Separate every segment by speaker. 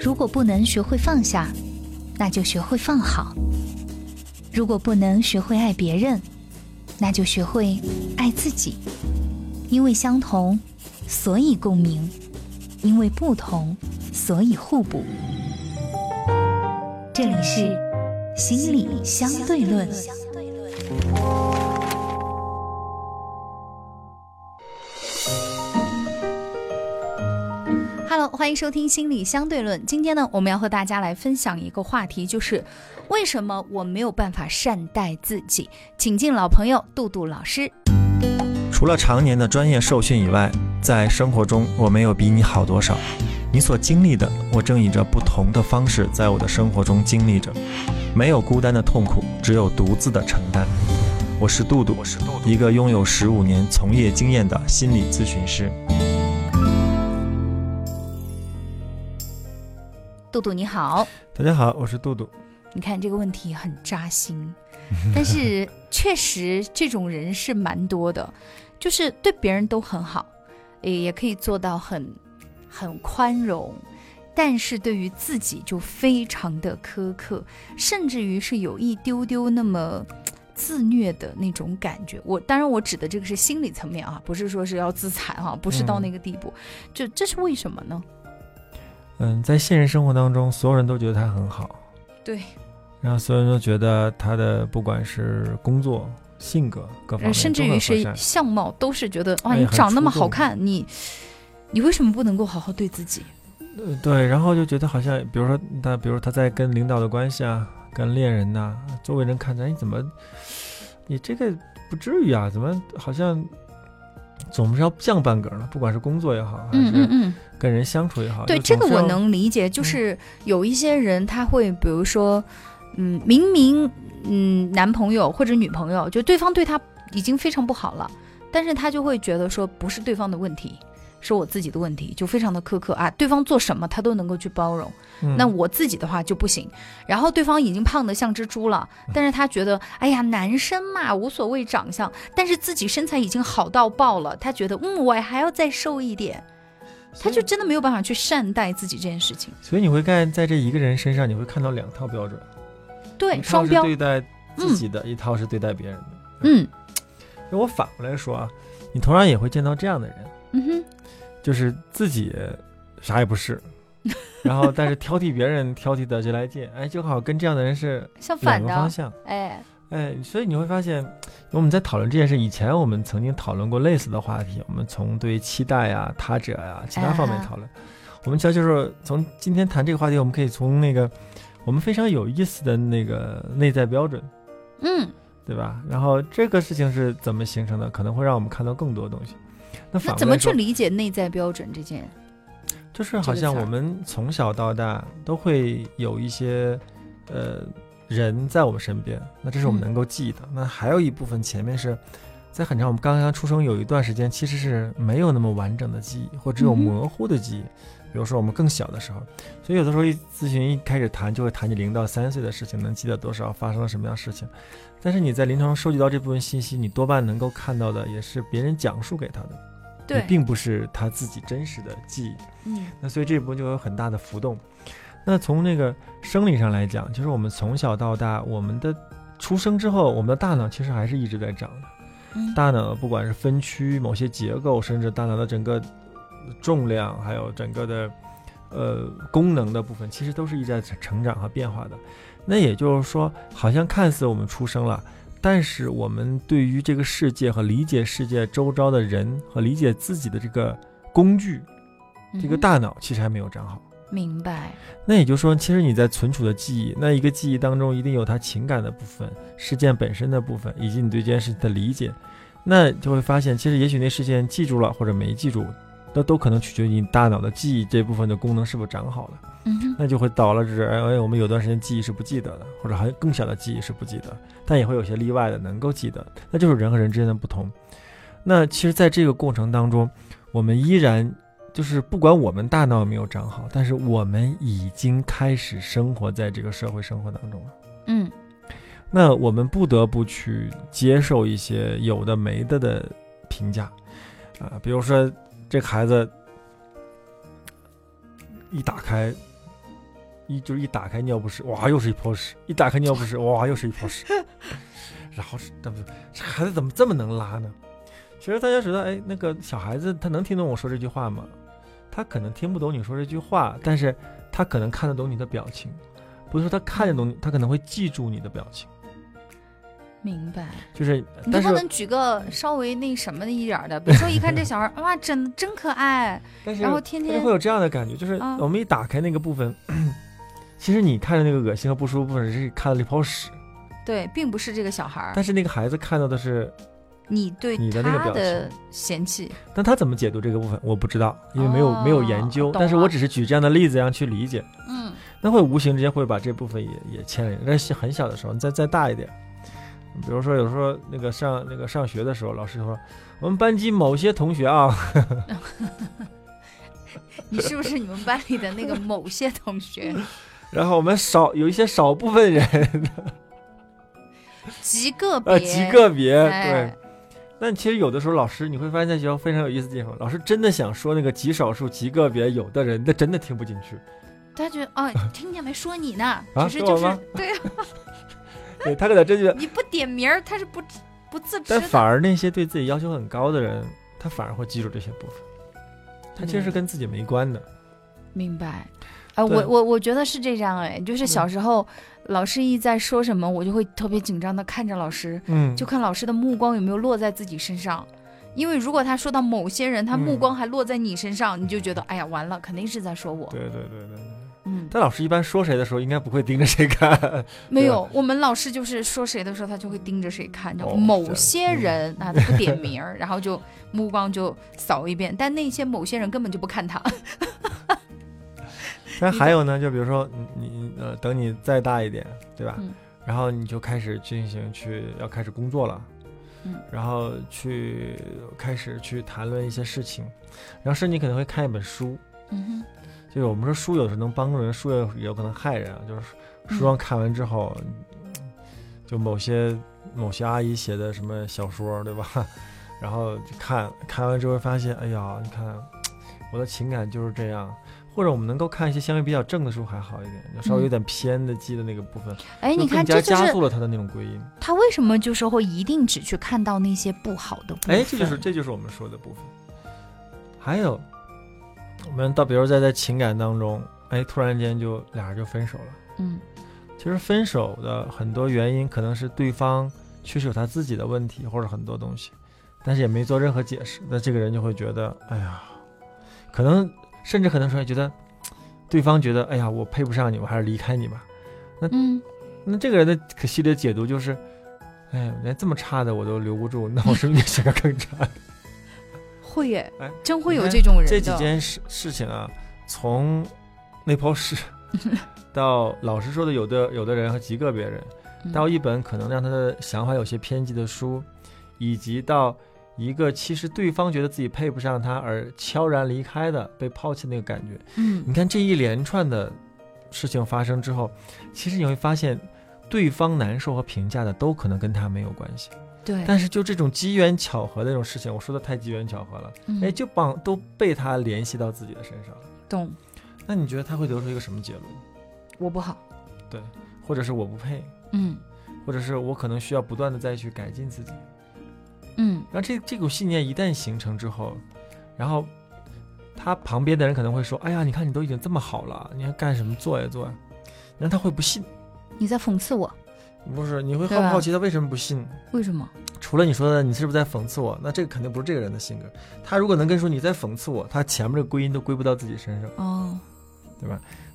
Speaker 1: 如果不能学会放下，那就学会放好；如果不能学会爱别人，那就学会爱自己。因为相同，所以共鸣；因为不同，所以互补。这里是心理相对论。Hello，欢迎收听《心理相对论》。今天呢，我们要和大家来分享一个话题，就是为什么我没有办法善待自己？请进老朋友杜杜老师。
Speaker 2: 除了常年的专业受训以外，在生活中我没有比你好多少。你所经历的，我正以着不同的方式在我的生活中经历着。没有孤单的痛苦，只有独自的承担。我是杜杜，一个拥有十五年从业经验的心理咨询师。
Speaker 1: 杜杜你好，
Speaker 2: 大家好，我是杜杜。
Speaker 1: 你看这个问题很扎心，但是确实这种人是蛮多的，就是对别人都很好，也也可以做到很很宽容，但是对于自己就非常的苛刻，甚至于是有一丢丢那么。自虐的那种感觉，我当然我指的这个是心理层面啊，不是说是要自残啊，不是到那个地步，就这是为什么呢？
Speaker 2: 嗯，在现实生活当中，所有人都觉得他很好，
Speaker 1: 对，
Speaker 2: 然后所有人都觉得他的不管是工作、性格各方面，
Speaker 1: 呃甚至
Speaker 2: 都
Speaker 1: 于
Speaker 2: 很和
Speaker 1: 是
Speaker 2: 善
Speaker 1: 相貌都是觉得哇，
Speaker 2: 哎
Speaker 1: 你
Speaker 2: 很
Speaker 1: 长那么好
Speaker 2: 出众
Speaker 1: 看，你你为什么不能够好好对自己？
Speaker 2: 呃对，然后就觉得好像，比如说他，比如他在跟领导的关系啊，跟恋人呐、周围人看着，哎，怎么你这个不至于啊？怎么好像总是要降半格呢？不管是工作也好，还
Speaker 1: 嗯嗯
Speaker 2: 啊是
Speaker 1: 嗯，
Speaker 2: 跟人相处也好，
Speaker 1: 对，
Speaker 2: 就
Speaker 1: 这个
Speaker 2: 总是
Speaker 1: 我
Speaker 2: 要。嗯
Speaker 1: 能理解，就是有一些人他会比如说，嗯，明明嗯男朋友或者女朋友，就对方对他已经非常不好了，但是他就会觉得说不是对方的问题。是我自己的问题，就非常的苛刻啊！对方做什么他都能够去包容，
Speaker 2: 嗯
Speaker 1: 那我自己的话就不行。然后对方已经胖得像只猪了，
Speaker 2: 嗯
Speaker 1: 但是他觉得，哎呀，男生嘛无所谓长相，但是自己身材已经好到爆了，他觉得，嗯，我还要再瘦一点，他
Speaker 2: 所以
Speaker 1: 就真的没有办法去善待自己这件事情。
Speaker 2: 所以你会看在这一个人身上，你会看到两套标准，
Speaker 1: 对，
Speaker 2: 一套
Speaker 1: 双
Speaker 2: 是
Speaker 1: 标，
Speaker 2: 对待
Speaker 1: 嗯
Speaker 2: 自己的，一套是对待别人的。
Speaker 1: 嗯
Speaker 2: 那我反过来说啊，你同样也会见到这样的人，
Speaker 1: 嗯哼，
Speaker 2: 就是自己啥也 不是，然后但是挑剔别人挑剔的就来劲，哎，就好跟这样的人是
Speaker 1: 相反
Speaker 2: 两个方
Speaker 1: 的，
Speaker 2: 向，
Speaker 1: 哎，
Speaker 2: 哎，所以你会发现，我们在讨论这件事，以前我们曾经讨论过类似的话题，我们从对期待呀、他者呀、其他方面
Speaker 1: 啊
Speaker 2: 讨论，我们其实就是从今天谈这个话题，我们可以从那个我们非常有意思的那个内在标准。
Speaker 1: 嗯，
Speaker 2: 对吧？然后这个事情是怎么形成的？可能会让我们看到更多东西。那反
Speaker 1: 那
Speaker 2: 过
Speaker 1: 怎么
Speaker 2: 来
Speaker 1: 去
Speaker 2: 说
Speaker 1: 理解内在标准这件？
Speaker 2: 就是
Speaker 1: 这
Speaker 2: 好
Speaker 1: 个
Speaker 2: 像
Speaker 1: 词儿
Speaker 2: 我们从小到大都会有一些呃人在我们身边，那这是我们
Speaker 1: 嗯
Speaker 2: 能够记忆的。那还有一部分前面是在很长我们刚刚出生有一段时间，其实是没有那么完整的记忆，或只有
Speaker 1: 嗯哼
Speaker 2: 模糊的记忆。比如说我们更小的时候，所以有的时候一咨询一开始谈就会谈你零到三岁的事情能记得多少，发生了什么样的事情。但是你在临床上收集到这部分信息，你多半能够看到的也是别人讲述给他的，
Speaker 1: 对
Speaker 2: 你，并不是他自己真实的记忆。
Speaker 1: 嗯
Speaker 2: 那所以这一部分就有很大的浮动。那从那个生理上来讲，就是我们从小到大，我们的出生之后，我们的大脑其实还是一直在长的。
Speaker 1: 嗯
Speaker 2: 大脑不管是分区、某些结构，甚至大脑的整个重量，还有整个的呃功能的部分，其实都是一直在成长和变化的。那也就是说，好像看似我们出生了，但是我们对于这个世界和理解世界周遭的人和理解自己的这个工具，这个
Speaker 1: 嗯
Speaker 2: 大脑其实还没有长好。
Speaker 1: 明白，
Speaker 2: 那也就是说，其实你在存储的记忆，那一个记忆当中一定有它情感的部分、事件本身的部分，以及你对这件事情的理解。那就会发现，其实也许那事件记住了或者没记住，那都可能取决于你大脑的记忆这部分的功能是否长好了。
Speaker 1: 嗯哼，
Speaker 2: 那就会导了致哎哎，我们有段时间记忆是不记得的，或者还有更小的记忆是不记得，但也会有些例外的能够记得，那就是人和人之间的不同。那其实，在这个过程当中，我们依然就是不管我们大脑有没有长好，但是我们已经开始生活在这个社会生活当中了。
Speaker 1: 嗯
Speaker 2: 那我们不得不去接受一些有的没的的评价，啊、比如说这个孩子一打开，一就是一打开尿不湿，哇，又是一泡屎；一打开尿不湿，哇，又是一泡屎。 然后是，他们说这孩子怎么这么能拉呢？其实大家觉得，哎，那个小孩子他能听懂我说这句话吗？他可能听不懂你说这句话，但是他可能看得懂你的表情，不是说他看得懂你，他可能会记住你的表情。
Speaker 1: 明白。
Speaker 2: 就是，
Speaker 1: 你
Speaker 2: 但
Speaker 1: 能不
Speaker 2: 是
Speaker 1: 能举个稍微那什么一点儿的？比如说一看这小孩儿，哇，长得真可爱，
Speaker 2: 但是
Speaker 1: 然后天
Speaker 2: 但是
Speaker 1: 天
Speaker 2: 会有这样的感觉，就是
Speaker 1: 啊
Speaker 2: 我们一打开那个部分， 其实你看着那个恶心和不舒服部分是看到了一泡屎，
Speaker 1: 啊对，并不是这个小孩儿
Speaker 2: 但，是那个孩子看到的是，
Speaker 1: 你对
Speaker 2: 你的那个
Speaker 1: 他
Speaker 2: 表情
Speaker 1: 的嫌 弃，
Speaker 2: 但他怎么解读这个部分我不知道，因为没有、
Speaker 1: 哦
Speaker 2: 没有研究，
Speaker 1: 懂
Speaker 2: 但是我
Speaker 1: 了
Speaker 2: 只是举这样的例子让去理解，
Speaker 1: 嗯，
Speaker 2: 那会无形之间会把这部分也也牵连，但是很小的时候，你再再大一点。比如说，有时候那个上那个上学的时候，老师就说我们班级某些同学啊，
Speaker 1: 你是不是你们班里的那个某些同学
Speaker 2: 然后我们少有一些少部分人，
Speaker 1: 极个别？
Speaker 2: 呃，极个别，对
Speaker 1: 哎，，
Speaker 2: 但其实有的时候，老师你会发现在学校非常有意思的地方，老师真的想说那个极少数、极个别，有的人他真的听不进去，
Speaker 1: 他觉得哦，听见没说你呢，
Speaker 2: 啊
Speaker 1: 只是
Speaker 2: 说
Speaker 1: 就
Speaker 2: 我
Speaker 1: 是
Speaker 2: 吗
Speaker 1: 对啊，
Speaker 2: 对他可能真觉得。
Speaker 1: 你不点名儿，他是不知不自知
Speaker 2: 但反
Speaker 1: 的。
Speaker 2: 而那些对自己要求很高的人，他反而会记住这些部分，他其实是跟自己没关的。
Speaker 1: 明白。哎，
Speaker 2: 对嗯
Speaker 1: 我我我觉得是这样哎，就是小时候老师一在说什么，我就会特别紧张的看着老师，
Speaker 2: 嗯，
Speaker 1: 就看老师的目光有没有落在自己身上。因为如果他说到某些人，他目
Speaker 2: 嗯
Speaker 1: 光还落在你身上，你就觉得哎呀完了，肯定是在说我。
Speaker 2: 对对对对对。
Speaker 1: 嗯，
Speaker 2: 但老啊师一般说谁的时候，应该不会盯着谁看。
Speaker 1: 没有，我们老师就是说谁的时候，他就会盯着谁看，然后
Speaker 2: 哦这
Speaker 1: 某
Speaker 2: 样
Speaker 1: 些
Speaker 2: 嗯
Speaker 1: 人啊，他不点名儿，然后就目光就扫一遍，但那些某些人根本就不看他。
Speaker 2: 但还有呢，就比如说你你呃，等你再大一点，对吧？
Speaker 1: 嗯
Speaker 2: 然后你就开始进行去要开始工作了，
Speaker 1: 嗯，
Speaker 2: 然后去开始去谈论一些事情，然后甚至你可能会看一本书，
Speaker 1: 嗯
Speaker 2: 就是我们说书有时候能帮助人，书也有也有可能害人啊。就是书上看完之后，嗯就某些某些阿姨写的什么小说，对吧？ 然后就看看完之后发现，哎呀，你看我的情感就是这样。或者我们能够看一些相对比较正的书还好一点，就稍微有点偏的记的那个部分，
Speaker 1: 哼，嗯哎，
Speaker 2: 就
Speaker 1: 你
Speaker 2: 更
Speaker 1: 看，
Speaker 2: 加
Speaker 1: 这就
Speaker 2: 加
Speaker 1: 是
Speaker 2: 速了他的那种归因。
Speaker 1: 他为什么就是会一定只去看到那些不好的部分？
Speaker 2: 哎，这就是这就是我们说的部分。还有，我们到比如在在情感当中，哎，突然间就俩人就分手了。
Speaker 1: 嗯
Speaker 2: 其实分手的很多原因可能是对方确实有他自己的问题或者很多东西，但是也没做任何解释。那这个人就会觉得，哎呀，可能甚至可能说觉得，对方觉得，哎呀，我配不上你，我还是离开你吧。
Speaker 1: 嗯，
Speaker 2: 那这个人的可惜的解读就是，哎呀，连这么差的我都留不住，那我是不是也选个更差的？
Speaker 1: 会耶
Speaker 2: 哎，
Speaker 1: 真会
Speaker 2: 你
Speaker 1: 有
Speaker 2: 看
Speaker 1: 这种人的。
Speaker 2: 这几件事事情啊，从那泡屎到老师说的有的有的人和极个别人。
Speaker 1: 嗯
Speaker 2: 到一本可能让他的想法有些偏激的书，以及到一个其实对方觉得自己配不上他而悄然离开的被抛弃的那个感觉。
Speaker 1: 嗯
Speaker 2: 你看这一连串的事情发生之后，其实你会发现，对方难受和评价的都可能跟他没有关系。
Speaker 1: 对，
Speaker 2: 但是就这种机缘巧合的这种事情，我说的太机缘巧合了，
Speaker 1: 嗯
Speaker 2: 哎，就帮都被他联系到自己的身上了。
Speaker 1: 懂
Speaker 2: 那你觉得他会得出一个什么结论？
Speaker 1: 我不好。
Speaker 2: 或者是我不配，
Speaker 1: 嗯
Speaker 2: 或者是我可能需要不断的再去改进自己？
Speaker 1: 嗯
Speaker 2: 然后这这股信念一旦形成之后，然后他旁边的人可能会说：“哎呀，你看你都已经这么好了，你还干什么做呀做呀？”然后他会不信，
Speaker 1: 你在讽刺我？
Speaker 2: 不是？你会
Speaker 1: 对啊
Speaker 2: 好不
Speaker 1: 吧
Speaker 2: 好奇他为什么不信？
Speaker 1: 为什么？
Speaker 2: 除了你说的你是不是在讽刺我，那这个肯定不是这个人的性格。他如果能跟你说你在讽刺我，他前面的归因都归不到自己身上。
Speaker 1: 哦，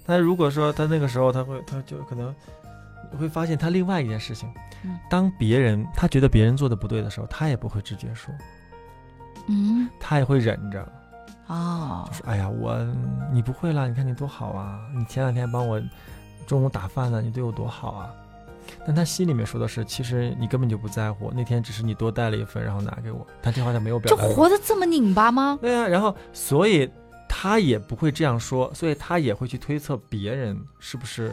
Speaker 2: 但如果说他那个时候他会，他就可能你会发现他另外一件事情
Speaker 1: 嗯，
Speaker 2: 当别人他觉得别人做的不对的时候，他也不会直接说，
Speaker 1: 嗯
Speaker 2: 他也会忍着。
Speaker 1: 哦
Speaker 2: 就，是哎呀，我你不会啦，你看你多好啊，你前两天帮我中午打饭呢、你对我多好啊。但他心里面说的是，其实你根本就不在乎，那天只是你多带了一份，然后拿给我。但这话他没有表
Speaker 1: 这
Speaker 2: 达过。
Speaker 1: 活得这么拧巴吗？
Speaker 2: 对啊，然后所以他也不会这样说，所以他也会去推测别人是不是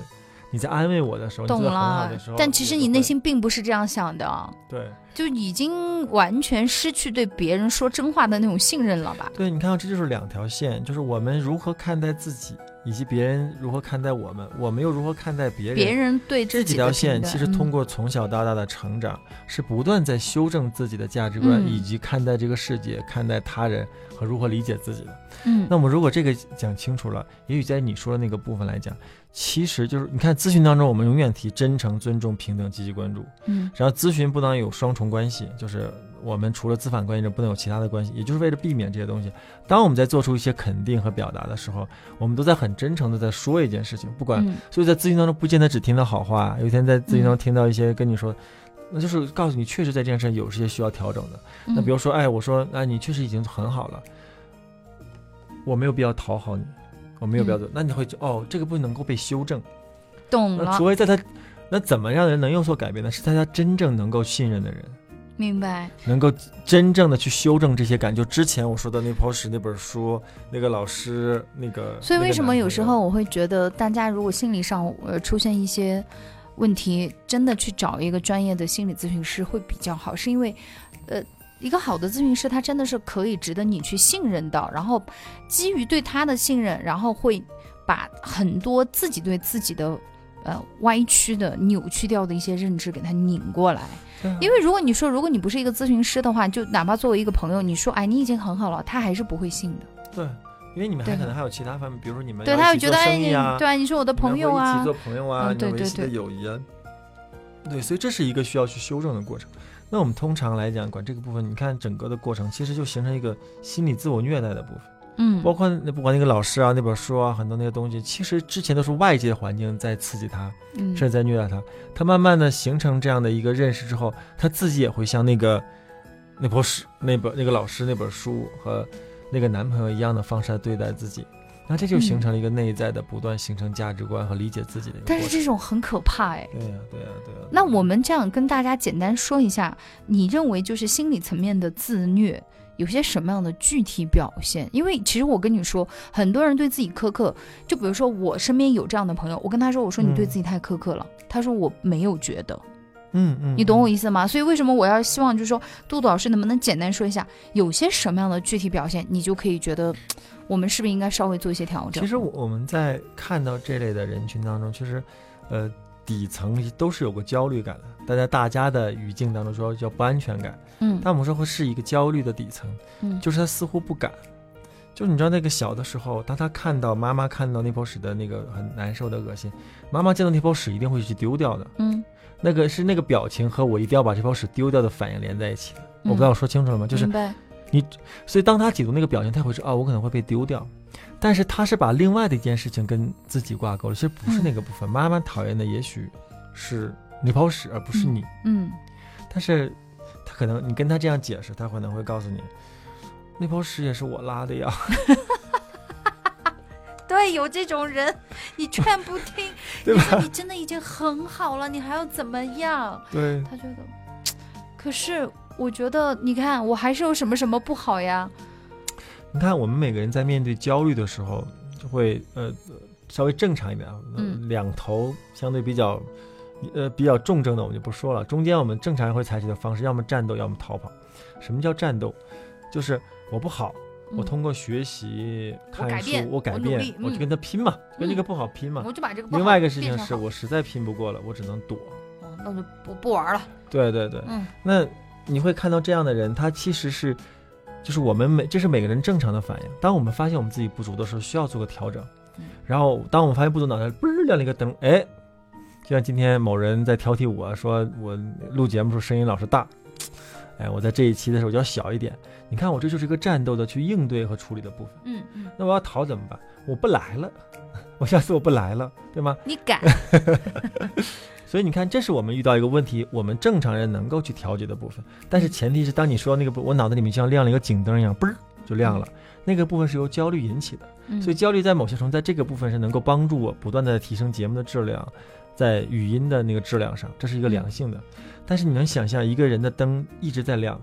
Speaker 2: 你在安慰我的时候，你
Speaker 1: 懂
Speaker 2: 做得很好
Speaker 1: 了
Speaker 2: 的时候，，
Speaker 1: 但其实
Speaker 2: 也就
Speaker 1: 你内
Speaker 2: 会
Speaker 1: 心并不是这样想的，啊
Speaker 2: 对
Speaker 1: 就已经完全失去对别人说真话的那种信任了吧？
Speaker 2: 啊对，你看，这就是两条线，就是我们如何看待自己，以及别人如何看待我们，我们又如何看待别人。
Speaker 1: 别人对
Speaker 2: 这几
Speaker 1: 己
Speaker 2: 条
Speaker 1: 的
Speaker 2: 线
Speaker 1: 评
Speaker 2: 其
Speaker 1: 论
Speaker 2: 实通
Speaker 1: 嗯
Speaker 2: 过从小到大的成长，是不断在修正自己的价值观，
Speaker 1: 嗯
Speaker 2: 以及看待这个世界、看待他人和如何理解自己的。
Speaker 1: 嗯，
Speaker 2: 那么，如果这个讲清楚了，也许在你说的那个部分来讲，其实就是你看咨询当中，我们永远提真诚、尊重、平等、积极关注。
Speaker 1: 嗯
Speaker 2: 然后咨询不能有双重关系，就是我们除了咨访关系，不能有其他的关系，也就是为了避免这些东西。当我们在做出一些肯定和表达的时候，我们都在很真诚的在说一件事情，不管
Speaker 1: 嗯
Speaker 2: 所以在咨询当中不见得只听到好话，有一天在咨询当中听到一些跟你说，那就是告诉你确实在这件事上有些需要调整的。
Speaker 1: 嗯
Speaker 2: 那比如说，哎，我说，哎，你确实已经很好了，我没有必要讨好你，我没有必要做，那你会觉得哦，这个不能够被修正。
Speaker 1: 嗯懂
Speaker 2: 那
Speaker 1: 了
Speaker 2: 除，非在他，那怎么让人能有所改变呢？是在他真正能够信任的人。
Speaker 1: 明白，
Speaker 2: 能够真正的去修正这些感，就之前我说的那 p o s 那本书，那个老师，那个。
Speaker 1: 所以
Speaker 2: 那个
Speaker 1: 为什么
Speaker 2: 男
Speaker 1: 有
Speaker 2: 朋
Speaker 1: 时
Speaker 2: 友
Speaker 1: 候我会觉得，大家如果心理上呃出现一些问题，真的去找一个专业的心理咨询师会比较好，是因为，呃，一个好的咨询师他真的是可以值得你去信任到，然后基于对他的信任，然后会把很多自己对自己的。呃，歪曲的、扭曲掉的一些认知给它拧过来，
Speaker 2: 对啊
Speaker 1: 因为如果你说，如果你不是一个咨询师的话，就哪怕作为一个朋友，你说，哎，你已经很好了，他还是不会信的。
Speaker 2: 对，因为你们还
Speaker 1: 对
Speaker 2: 可能还有其他方面，比如说你们
Speaker 1: 对，
Speaker 2: 要
Speaker 1: 他
Speaker 2: 一
Speaker 1: 会
Speaker 2: 起
Speaker 1: 觉得
Speaker 2: 做
Speaker 1: 哎，
Speaker 2: 生
Speaker 1: 你
Speaker 2: 意啊，
Speaker 1: 对啊，你是我的
Speaker 2: 你们
Speaker 1: 朋
Speaker 2: 会
Speaker 1: 友
Speaker 2: 一起
Speaker 1: 啊，
Speaker 2: 做朋友
Speaker 1: 嗯
Speaker 2: 啊，你们
Speaker 1: 对
Speaker 2: 维
Speaker 1: 对
Speaker 2: 系的
Speaker 1: 对
Speaker 2: 友谊啊，对，所以这是一个需要去修正的过程。那我们通常来讲，管这个部分，你看整个的过程，其实就形成一个心理自我虐待的部分，
Speaker 1: 嗯，
Speaker 2: 包括那不管那个老师啊，那本书啊，很多那些东西，其实之前都是外界环境在刺激他，
Speaker 1: 嗯
Speaker 2: 甚至在虐待他。他慢慢的形成这样的一个认识之后，他自己也会像那个那本书、那本那个老师、那本书和那个男朋友一样的方式来对待自己。那这就形成了一个内在的不断形成价值观和理解自己的一个
Speaker 1: 但是
Speaker 2: 过程。
Speaker 1: 这种很可怕哎。
Speaker 2: 对呀、对呀、对呀、
Speaker 1: 那我们这样跟大家简单说一下，你认为就是心理层面的自虐有些什么样的具体表现？因为其实我跟你说，很多人对自己苛刻，就比如说我身边有这样的朋友，我跟他说，我说你对
Speaker 2: 嗯
Speaker 1: 自己太苛刻了，他说我没有觉得，
Speaker 2: 嗯嗯，
Speaker 1: 你懂我
Speaker 2: 嗯
Speaker 1: 意思吗？所以为什么我要希望就是说，杜杜老师能不能简单说一下有些什么样的具体表现，你就可以觉得我们是不是应该稍微做一些调整？
Speaker 2: 其实我我们在看到这类的人群当中，其实，呃，底层都是有个焦虑感的。但在大家的语境当中说叫不安全感，
Speaker 1: 嗯
Speaker 2: 但我们说会是一个焦虑的底层。
Speaker 1: 嗯
Speaker 2: 就是他似乎不敢。就是你知道那个小的时候，当他看到妈妈看到那泡屎的那个很难受的恶心，妈妈见到那泡屎一定会去丢掉的。
Speaker 1: 嗯，
Speaker 2: 那个是那个表情和我一定要把这泡屎丢掉的反应连在一起的。我不知
Speaker 1: 嗯
Speaker 2: 道我说清楚了吗？就是
Speaker 1: 明，白
Speaker 2: 所以当他解读那个表情，他会说啊，我可能会被丢掉。但是他是把另外的一件事情跟自己挂钩了，其实不是
Speaker 1: 嗯
Speaker 2: 那个部分。妈妈讨厌的也许是那泡屎，而不是你。
Speaker 1: 嗯
Speaker 2: 但是他可能你跟他这样解释，他可能会告诉你，那泡屎也是我拉的呀。
Speaker 1: 对，有这种人，你劝不听，
Speaker 2: 对
Speaker 1: 你 说你真的已经很好了，你还要怎么样？
Speaker 2: 对，
Speaker 1: 他觉得，可是我觉得，你看我还是有什么什么不好呀？
Speaker 2: 你看我们每个人在面对焦虑的时候，就会呃稍微正常一点啊，呃
Speaker 1: 嗯
Speaker 2: 两头相对比较呃比较重症的我们就不说了，中间我们正常人会采取的方式，要么战斗，要么逃跑。什么叫战斗？就是我不好，
Speaker 1: 嗯
Speaker 2: 我通过学习、看
Speaker 1: 改
Speaker 2: 书
Speaker 1: 变，
Speaker 2: 我改
Speaker 1: 我努
Speaker 2: 变
Speaker 1: 力，
Speaker 2: 我就
Speaker 1: 嗯
Speaker 2: 跟他拼嘛，跟这个不好拼嘛。
Speaker 1: 我就把这个不
Speaker 2: 另
Speaker 1: 好
Speaker 2: 外一个事
Speaker 1: 变
Speaker 2: 情
Speaker 1: 成
Speaker 2: 是
Speaker 1: 好
Speaker 2: 我实在拼不过了，我只能躲。
Speaker 1: 哦那我就不不玩了。
Speaker 2: 对对对，
Speaker 1: 嗯
Speaker 2: 那你会看到这样的人，他其实是，就是我们每这是每个人正常的反应。当我们发现我们自己不足的时候，需要做个调整
Speaker 1: 嗯。
Speaker 2: 然后当我们发现不足，脑袋嘣儿亮了一个灯，哎，就像今天某人在挑剔我说我录节目时候声音老是大，哎，我在这一期的时候就要小一点。你看我这就是一个战斗的去应对和处理的部分。
Speaker 1: 嗯嗯，
Speaker 2: 那我要逃怎么办？我不来了， 我下次我不来了，对吗？
Speaker 1: 你敢
Speaker 2: 所以你看，这是我们遇到一个问题，我们正常人能够去调节的部分。但是前提是，当你说那个部，我脑袋里面像亮了一个警灯一样，嘣儿就亮了。那个部分是由焦虑引起的，
Speaker 1: 嗯？
Speaker 2: 所以焦虑在某些程度，在这个部分是能够帮助我不断的提升节目的质量，在语音的那个质量上，这是一个良性的。但是你能想象一个人的灯一直在亮，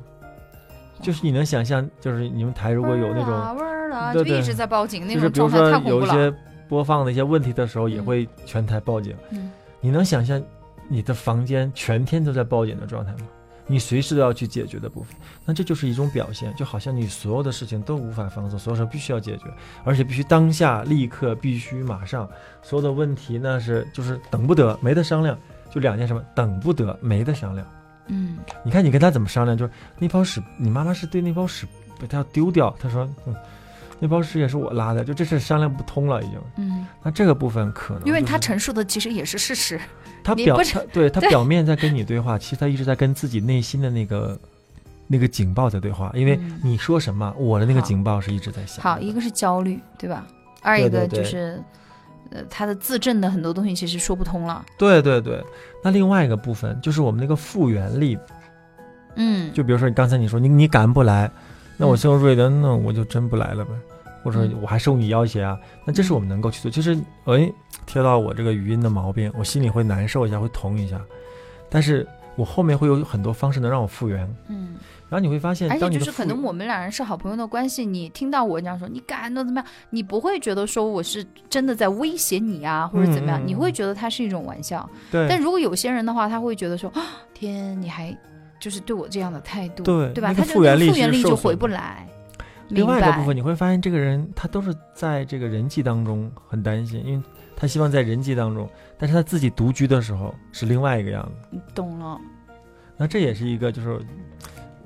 Speaker 2: 就是你能想象，就是你们台如果有那种
Speaker 1: 嗡啊儿啦嗡儿啦
Speaker 2: 对
Speaker 1: 就
Speaker 2: 对
Speaker 1: 一直在报警那
Speaker 2: 就是
Speaker 1: 种
Speaker 2: 比如
Speaker 1: 状态
Speaker 2: 说
Speaker 1: 太恐
Speaker 2: 有
Speaker 1: 怖
Speaker 2: 一
Speaker 1: 了。
Speaker 2: 些播放的一些问题的时候，也
Speaker 1: 嗯
Speaker 2: 会全台报警。
Speaker 1: 嗯
Speaker 2: 你能想象你的房间全天都在报警的状态吗？你随时都要去解决的部分。那这就是一种表现，就好像你所有的事情都无法放松，所有事必须要解决，而且必须当下、立刻、必须马上。所有的问题呢是就是等不得，没得商量，就两件什么等不得，没得商量。
Speaker 1: 嗯
Speaker 2: 你看你跟他怎么商量，就是那包屎，你妈妈是对那包屎被他要丢掉，他说嗯。那包屎也是我拉的，就这事商量不通了，已经。
Speaker 1: 嗯，
Speaker 2: 那这个部分可能、
Speaker 1: 因为
Speaker 2: 他
Speaker 1: 他陈述的其实也是事实。
Speaker 2: 他
Speaker 1: 你
Speaker 2: 表
Speaker 1: 不
Speaker 2: 他对他
Speaker 1: 对
Speaker 2: 表面在跟你对话，其实他一直在跟自己内心的那个那个警报在对话，因为
Speaker 1: 嗯
Speaker 2: 你说什么，我的那个
Speaker 1: 好
Speaker 2: 警报是一直在响的。
Speaker 1: 好，一个是焦虑，对吧？二
Speaker 2: 对
Speaker 1: 一个
Speaker 2: 对
Speaker 1: 就
Speaker 2: 对
Speaker 1: 是，呃，他的自证的很多东西其实说不通了。
Speaker 2: 对对对。那另外一个部分就是我们那个复原力，
Speaker 1: 嗯，
Speaker 2: 就比如说你刚才你说你你赶不来，那我
Speaker 1: 嗯
Speaker 2: 就瑞德，那我就真不来了呗。或者
Speaker 1: 嗯
Speaker 2: 我还受你要挟啊，那这是我们能够去做。其实，哎，贴到我这个语音的毛病，我心里会难受一下，会疼一下，但是我后面会有很多方式能让我复原。
Speaker 1: 嗯，
Speaker 2: 然后你会发现，
Speaker 1: 而且
Speaker 2: 当你
Speaker 1: 就
Speaker 2: 的
Speaker 1: 是
Speaker 2: 复
Speaker 1: 可能我们两人是好朋友的关系，你听到我这样说，你敢那怎么样？你不会觉得说我是真的在威胁你啊，或者怎么样？
Speaker 2: 嗯嗯嗯
Speaker 1: 你会觉得它是一种玩笑。
Speaker 2: 对
Speaker 1: 但如果有些人的话，他会觉得说，啊天，你还就是对我这样的态度，
Speaker 2: 对
Speaker 1: 吧？
Speaker 2: 那个
Speaker 1: 他就
Speaker 2: 复原
Speaker 1: 那
Speaker 2: 力
Speaker 1: 个复原
Speaker 2: 是
Speaker 1: 力
Speaker 2: 受
Speaker 1: 就
Speaker 2: 损
Speaker 1: 回
Speaker 2: 的
Speaker 1: 不来。
Speaker 2: 另外一
Speaker 1: 明
Speaker 2: 个
Speaker 1: 白
Speaker 2: 部分，你会发现这个人他都是在这个人际当中很担心，因为他希望在人际当中，但是他自己独居的时候是另外一个样子。
Speaker 1: 懂了，
Speaker 2: 那这也是一个就是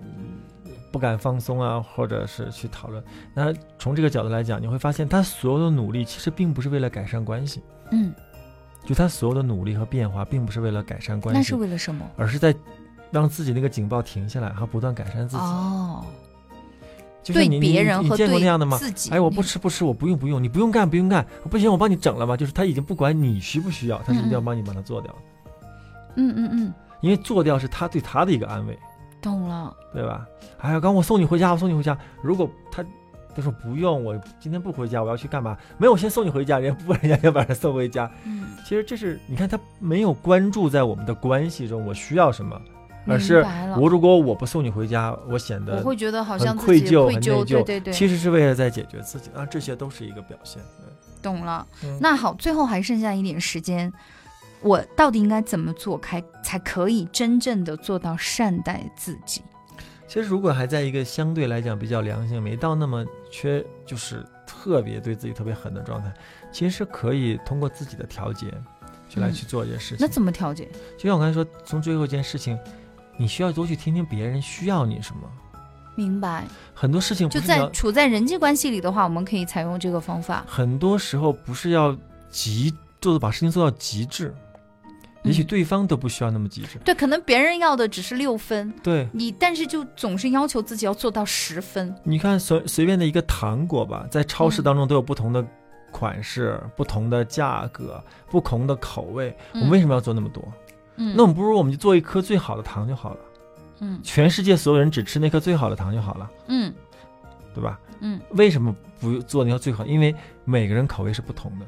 Speaker 2: 嗯不敢放松啊，或者是去讨论。那从这个角度来讲，你会发现他所有的努力其实并不是为了改善关系，
Speaker 1: 嗯，
Speaker 2: 就他所有的努力和变化并不是为了改善关
Speaker 1: 那
Speaker 2: 系
Speaker 1: 是，为了什么？
Speaker 2: 而是在让自己那个警报停下来，然后不断改善自己。
Speaker 1: 哦，
Speaker 2: 就是
Speaker 1: 对
Speaker 2: 你
Speaker 1: 别人
Speaker 2: 你你
Speaker 1: 和
Speaker 2: 见过那样的
Speaker 1: 对
Speaker 2: 吗？
Speaker 1: 自己，嗯
Speaker 2: 哎，我不吃不吃，我不用不用，你不用干不用干，不行我帮你整了吧。就是他已经不管你需不需要，他是一定要
Speaker 1: 嗯嗯
Speaker 2: 帮你把它做掉，
Speaker 1: 嗯嗯嗯，
Speaker 2: 因为做掉是他对他的一个安慰，
Speaker 1: 懂了，
Speaker 2: 对吧？哎呀，刚我送你回家，我送你回家。如果他他说不用，我今天不回家，我要去干嘛？没有，我先送你回家，人家不把人家要把人送回家。
Speaker 1: 嗯，
Speaker 2: 其实这是你看他没有关注在我们的关系中，我需要什么，而是
Speaker 1: 明白了
Speaker 2: 我如果我不送你回家，我显
Speaker 1: 嗯我
Speaker 2: 得
Speaker 1: 会觉得好
Speaker 2: 很
Speaker 1: 像自
Speaker 2: 愧
Speaker 1: 己
Speaker 2: 疚
Speaker 1: 愧
Speaker 2: 很内
Speaker 1: 疚，对
Speaker 2: 疚
Speaker 1: 对对，
Speaker 2: 其实是为了在解决自己啊，这些都是一个表现。
Speaker 1: 懂了。
Speaker 2: 嗯
Speaker 1: 那好，最后还剩下一点时间，我到底应该怎么做开才可以真正的做到善待自己？
Speaker 2: 其实如果还在一个相对来讲比较良性，没到那么缺，就是特别对自己特别狠的状态，其实是可以通过自己的调节，去来
Speaker 1: 嗯
Speaker 2: 去做这些事情。
Speaker 1: 那怎么调节？
Speaker 2: 就像我刚才说，从最后一件事情，你需要多去听听别人需要你什么。
Speaker 1: 明白。
Speaker 2: 很多事情不
Speaker 1: 就是在
Speaker 2: 要，
Speaker 1: 处在人际关系里的话，我们可以采用这个方法。
Speaker 2: 很多时候不是要极做把事情做到极致，也许
Speaker 1: 嗯
Speaker 2: 对方都不需要那么极致。
Speaker 1: 对，可能别人要的只是六分，
Speaker 2: 对，
Speaker 1: 你但是就总是要求自己要做到十分。
Speaker 2: 你看随随便的一个糖果吧，在超
Speaker 1: 嗯
Speaker 2: 市当中都有不同的款式、不同的价格、不同的口味。我们为什么要做那么多？
Speaker 1: 嗯，
Speaker 2: 那我们不如我们就做一颗最好的糖就好了，
Speaker 1: 嗯
Speaker 2: 全世界所有人只吃那颗最好的糖就好了，
Speaker 1: 嗯
Speaker 2: 对吧？
Speaker 1: 嗯
Speaker 2: 为什么不做那颗最好？因为每个人口味是不同的，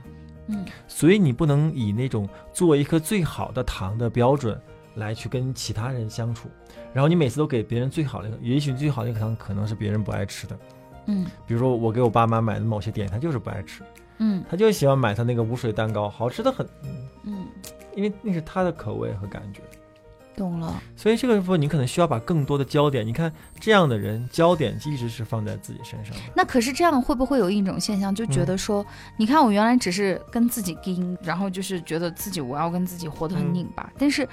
Speaker 1: 嗯，
Speaker 2: 所以你不能以那种做一颗最好的糖的标准来去跟其他人相处。然后你每次都给别人最好的一个，也许最好的一个糖可能是别人不爱吃的。
Speaker 1: 嗯
Speaker 2: 比如说我给我爸妈买的某些点，他就是不爱吃，
Speaker 1: 嗯
Speaker 2: 他就喜欢买他那个无水蛋糕，好吃的很，嗯
Speaker 1: 嗯，
Speaker 2: 因为那是他的口味和感觉。
Speaker 1: 懂了。
Speaker 2: 所以这个时候你可能需要把更多的焦点，你看这样的人焦点一直是放在自己身上的，
Speaker 1: 那可是这样会不会有一种现象，就
Speaker 2: 嗯
Speaker 1: 觉得说，你看我原来只是跟自己盯，然后就是觉得自己我要跟自己活得很
Speaker 2: 嗯
Speaker 1: 拧巴，但是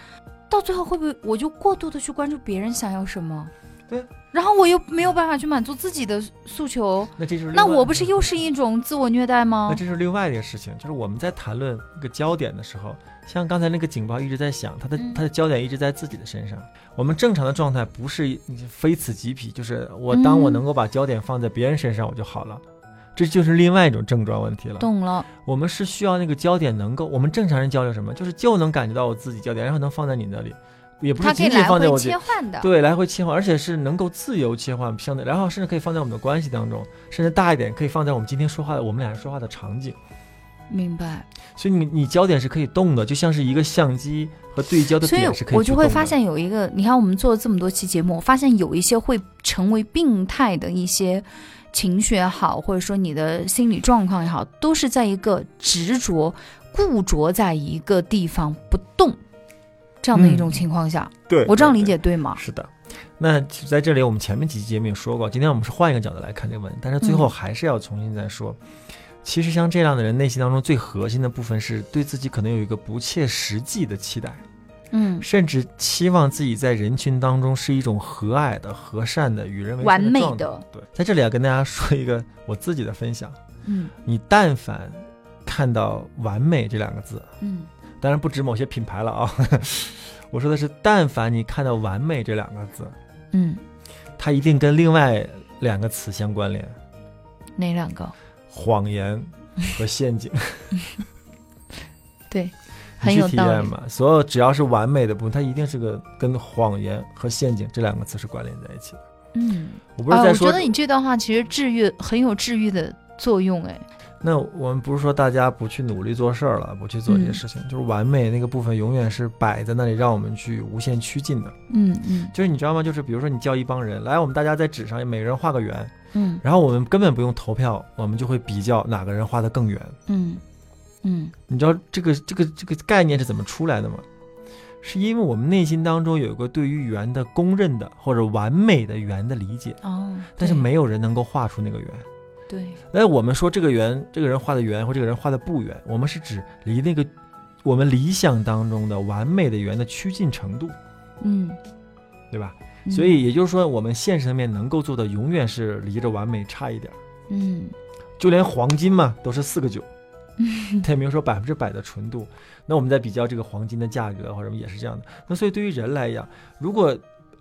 Speaker 1: 到最后会不会我就过度的去关注别人想要什么？
Speaker 2: 对。
Speaker 1: 然后我又没有办法去满足自己的诉求，
Speaker 2: 那这就是
Speaker 1: 那
Speaker 2: 另外嗯
Speaker 1: 我不是又是一种自我虐待吗
Speaker 2: 那？这是另外一个事情，就是我们在谈论一个焦点的时候，像刚才那个警报一直在响，它的
Speaker 1: 嗯
Speaker 2: 它的焦点一直在自己的身上。我们正常的状态不是你非此即彼，就是我当我
Speaker 1: 嗯
Speaker 2: 能够把焦点放在别人身上，我就好了。这就是另外一种症状问题了。
Speaker 1: 懂了，
Speaker 2: 我们是需要那个焦点能够，我们正常人交流什么，就是就能感觉到我自己焦点，然后能放在你那里，也不
Speaker 1: 它
Speaker 2: 是
Speaker 1: 可以
Speaker 2: 仅仅
Speaker 1: 来
Speaker 2: 放在
Speaker 1: 回
Speaker 2: 我这
Speaker 1: 切，换的。
Speaker 2: 对，来回切换，而且是能够自由切换，相对，然后甚至可以放在我们的关系当中，甚至大一点可以放在我们今天说话的我们俩人说话的场景，
Speaker 1: 明白。
Speaker 2: 所以你你焦点是可以动的，就像是一个相机和对焦的
Speaker 1: 所以
Speaker 2: 点是可以
Speaker 1: 我
Speaker 2: 去
Speaker 1: 就
Speaker 2: 动的。
Speaker 1: 会发现有一个，你看我们做了这么多期节目，我发现有一些会成为病态的一些情绪也好，或者说你的心理状况也好，都是在一个执着、固着在一个地方不动这样的一种
Speaker 2: 嗯
Speaker 1: 情况下。
Speaker 2: 对
Speaker 1: 我这样理解对吗？
Speaker 2: 是的，那其实在这里，我们前面几期节目也说过，今天我们是换一个角度来看这个问题，但是最后
Speaker 1: 嗯
Speaker 2: 还是要重新再说。其实像这样的人，内心当中最核心的部分是对自己可能有一个不切实际的期待，
Speaker 1: 嗯，
Speaker 2: 甚至期望自己在人群当中是一种和蔼的、和善的、与人为
Speaker 1: 完
Speaker 2: 善
Speaker 1: 美
Speaker 2: 状态。
Speaker 1: 的，
Speaker 2: 对，在这里要跟大家说一个我自己的分享：
Speaker 1: 嗯
Speaker 2: 你但凡看到“完美”这两个字，
Speaker 1: 嗯
Speaker 2: 当然不止某些品牌了啊， 我说的是，但凡你看到“完美”这两个字，
Speaker 1: 嗯，
Speaker 2: 它一定跟另外两个词相关联：
Speaker 1: 哪两个？
Speaker 2: 谎言和陷阱。
Speaker 1: 对，
Speaker 2: 你
Speaker 1: 很
Speaker 2: 去
Speaker 1: 有
Speaker 2: 体
Speaker 1: 道
Speaker 2: 验
Speaker 1: 理。
Speaker 2: 嘛，所有只要是完美的部分，它一定是个跟谎言和陷阱这两个词是关联在一起的。
Speaker 1: 嗯，
Speaker 2: 我不是
Speaker 1: 啊，
Speaker 2: 在
Speaker 1: 我
Speaker 2: 说，
Speaker 1: 觉得你这段话其实治愈很有治愈的作用，哎，
Speaker 2: 那我们不是说大家不去努力做事儿了，不去做这些
Speaker 1: 嗯
Speaker 2: 事情，就是完美那个部分永远是摆在那里，让我们去无限趋近的。
Speaker 1: 嗯嗯
Speaker 2: 就是你知道吗？就是比如说你叫一帮人来，我们大家在纸上每人画个圆，
Speaker 1: 嗯
Speaker 2: 然后我们根本不用投票，我们就会比较哪个人画的更圆。
Speaker 1: 嗯嗯
Speaker 2: 你知道这个这个这个概念是怎么出来的吗？是因为我们内心当中有一个对于圆的公认的或者完美的圆的理解，
Speaker 1: 哦，
Speaker 2: 但是
Speaker 1: 对
Speaker 2: 没有人能够画出那个圆。
Speaker 1: 对，
Speaker 2: 那我们说这个圆，这个人画的圆或这个人画的不圆，我们是指离那个我们理想当中的完美的圆的趋近程度，
Speaker 1: 嗯，
Speaker 2: 对吧？
Speaker 1: 嗯
Speaker 2: 所以也就是说，我们现实层面能够做的永远是离着完美差一点儿。
Speaker 1: 嗯
Speaker 2: 就连黄金嘛，都是四个九，它也没有说百分之百的纯度。那我们在比较这个黄金的价格或者什么也是这样的。那所以对于人来讲，如果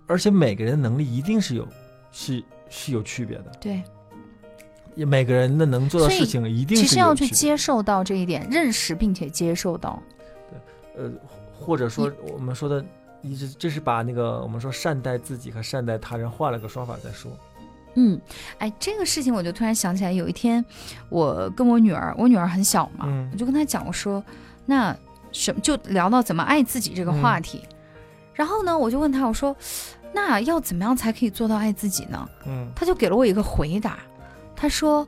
Speaker 2: 而且每个人的能力一定是有是是有区别的，
Speaker 1: 对，
Speaker 2: 也每个人的能做的事情一定是
Speaker 1: 其
Speaker 2: 有
Speaker 1: 实要
Speaker 2: 区
Speaker 1: 去
Speaker 2: 别
Speaker 1: 接受到这一点，认识并且接受到，
Speaker 2: 呃，或者说我们说的一直这是把那个我们说善待自己和善待他人换了个说法再说。
Speaker 1: 嗯，哎，这个事情我就突然想起来，有一天我跟我女儿，我女儿很小嘛，
Speaker 2: 嗯
Speaker 1: 我就跟她讲，我说那什就聊到怎么爱自己这个
Speaker 2: 嗯
Speaker 1: 话题，然后呢，我就问她，我说那要怎么样才可以做到爱自己呢？
Speaker 2: 嗯
Speaker 1: 她就给了我一个回答，她说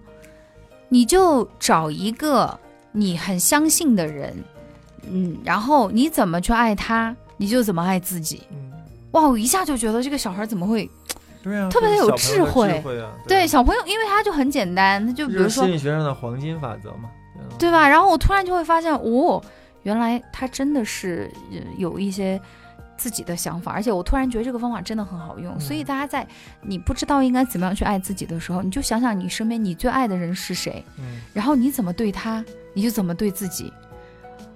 Speaker 1: 你就找一个你很相信的人，嗯，然后你怎么去爱他，你就怎么爱自己。
Speaker 2: 嗯，
Speaker 1: 哇，我一下就觉得这个小孩怎么会
Speaker 2: 对啊，
Speaker 1: 特别有
Speaker 2: 这是小朋友的
Speaker 1: 智慧
Speaker 2: 智慧啊，
Speaker 1: 对小朋友，因为他就很简单，他就
Speaker 2: 这
Speaker 1: 比
Speaker 2: 就
Speaker 1: 如
Speaker 2: 是
Speaker 1: 说
Speaker 2: 心理学上的黄金法则嘛。嗯
Speaker 1: 对吧？然后我突然就会发现，哦，原来他真的是呃有一些自己的想法，而且我突然觉得这个方法真的很好用。
Speaker 2: 嗯
Speaker 1: 所以大家在你不知道应该怎么样去爱自己的时候，你就想想你身边你最爱的人是谁，
Speaker 2: 嗯
Speaker 1: 然后你怎么对他，你就怎么对自己。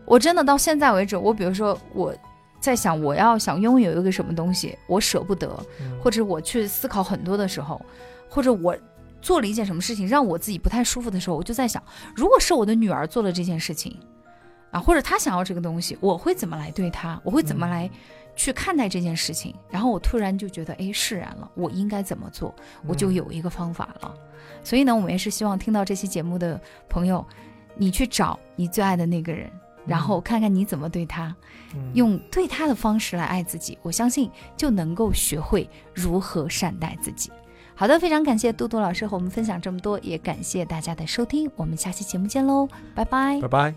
Speaker 1: 我真的到现在为止，我比如说我在想我要想拥有一个什么东西，我舍不得，
Speaker 2: 嗯
Speaker 1: 或者我去思考很多的时候，或者我做了一件什么事情让我自己不太舒服的时候，我就在想，如果是我的女儿做了这件事情，啊，或者她想要这个东西，我会怎么来对她？我会怎么
Speaker 2: 嗯
Speaker 1: 来去看待这件事情？然后我突然就觉得，哎，释然了，我应该怎么做？我就
Speaker 2: 嗯
Speaker 1: 有一个方法了。所以呢，我们也是希望听到这期节目的朋友，你去找你最爱的那个人，然后看看你怎么对他。
Speaker 2: 嗯
Speaker 1: 用对他的方式来爱自己，我相信就能够学会如何善待自己。好的，非常感谢杜杜老师和我们分享这么多，也感谢大家的收听，我们下期节目见喽，拜拜
Speaker 2: 拜拜。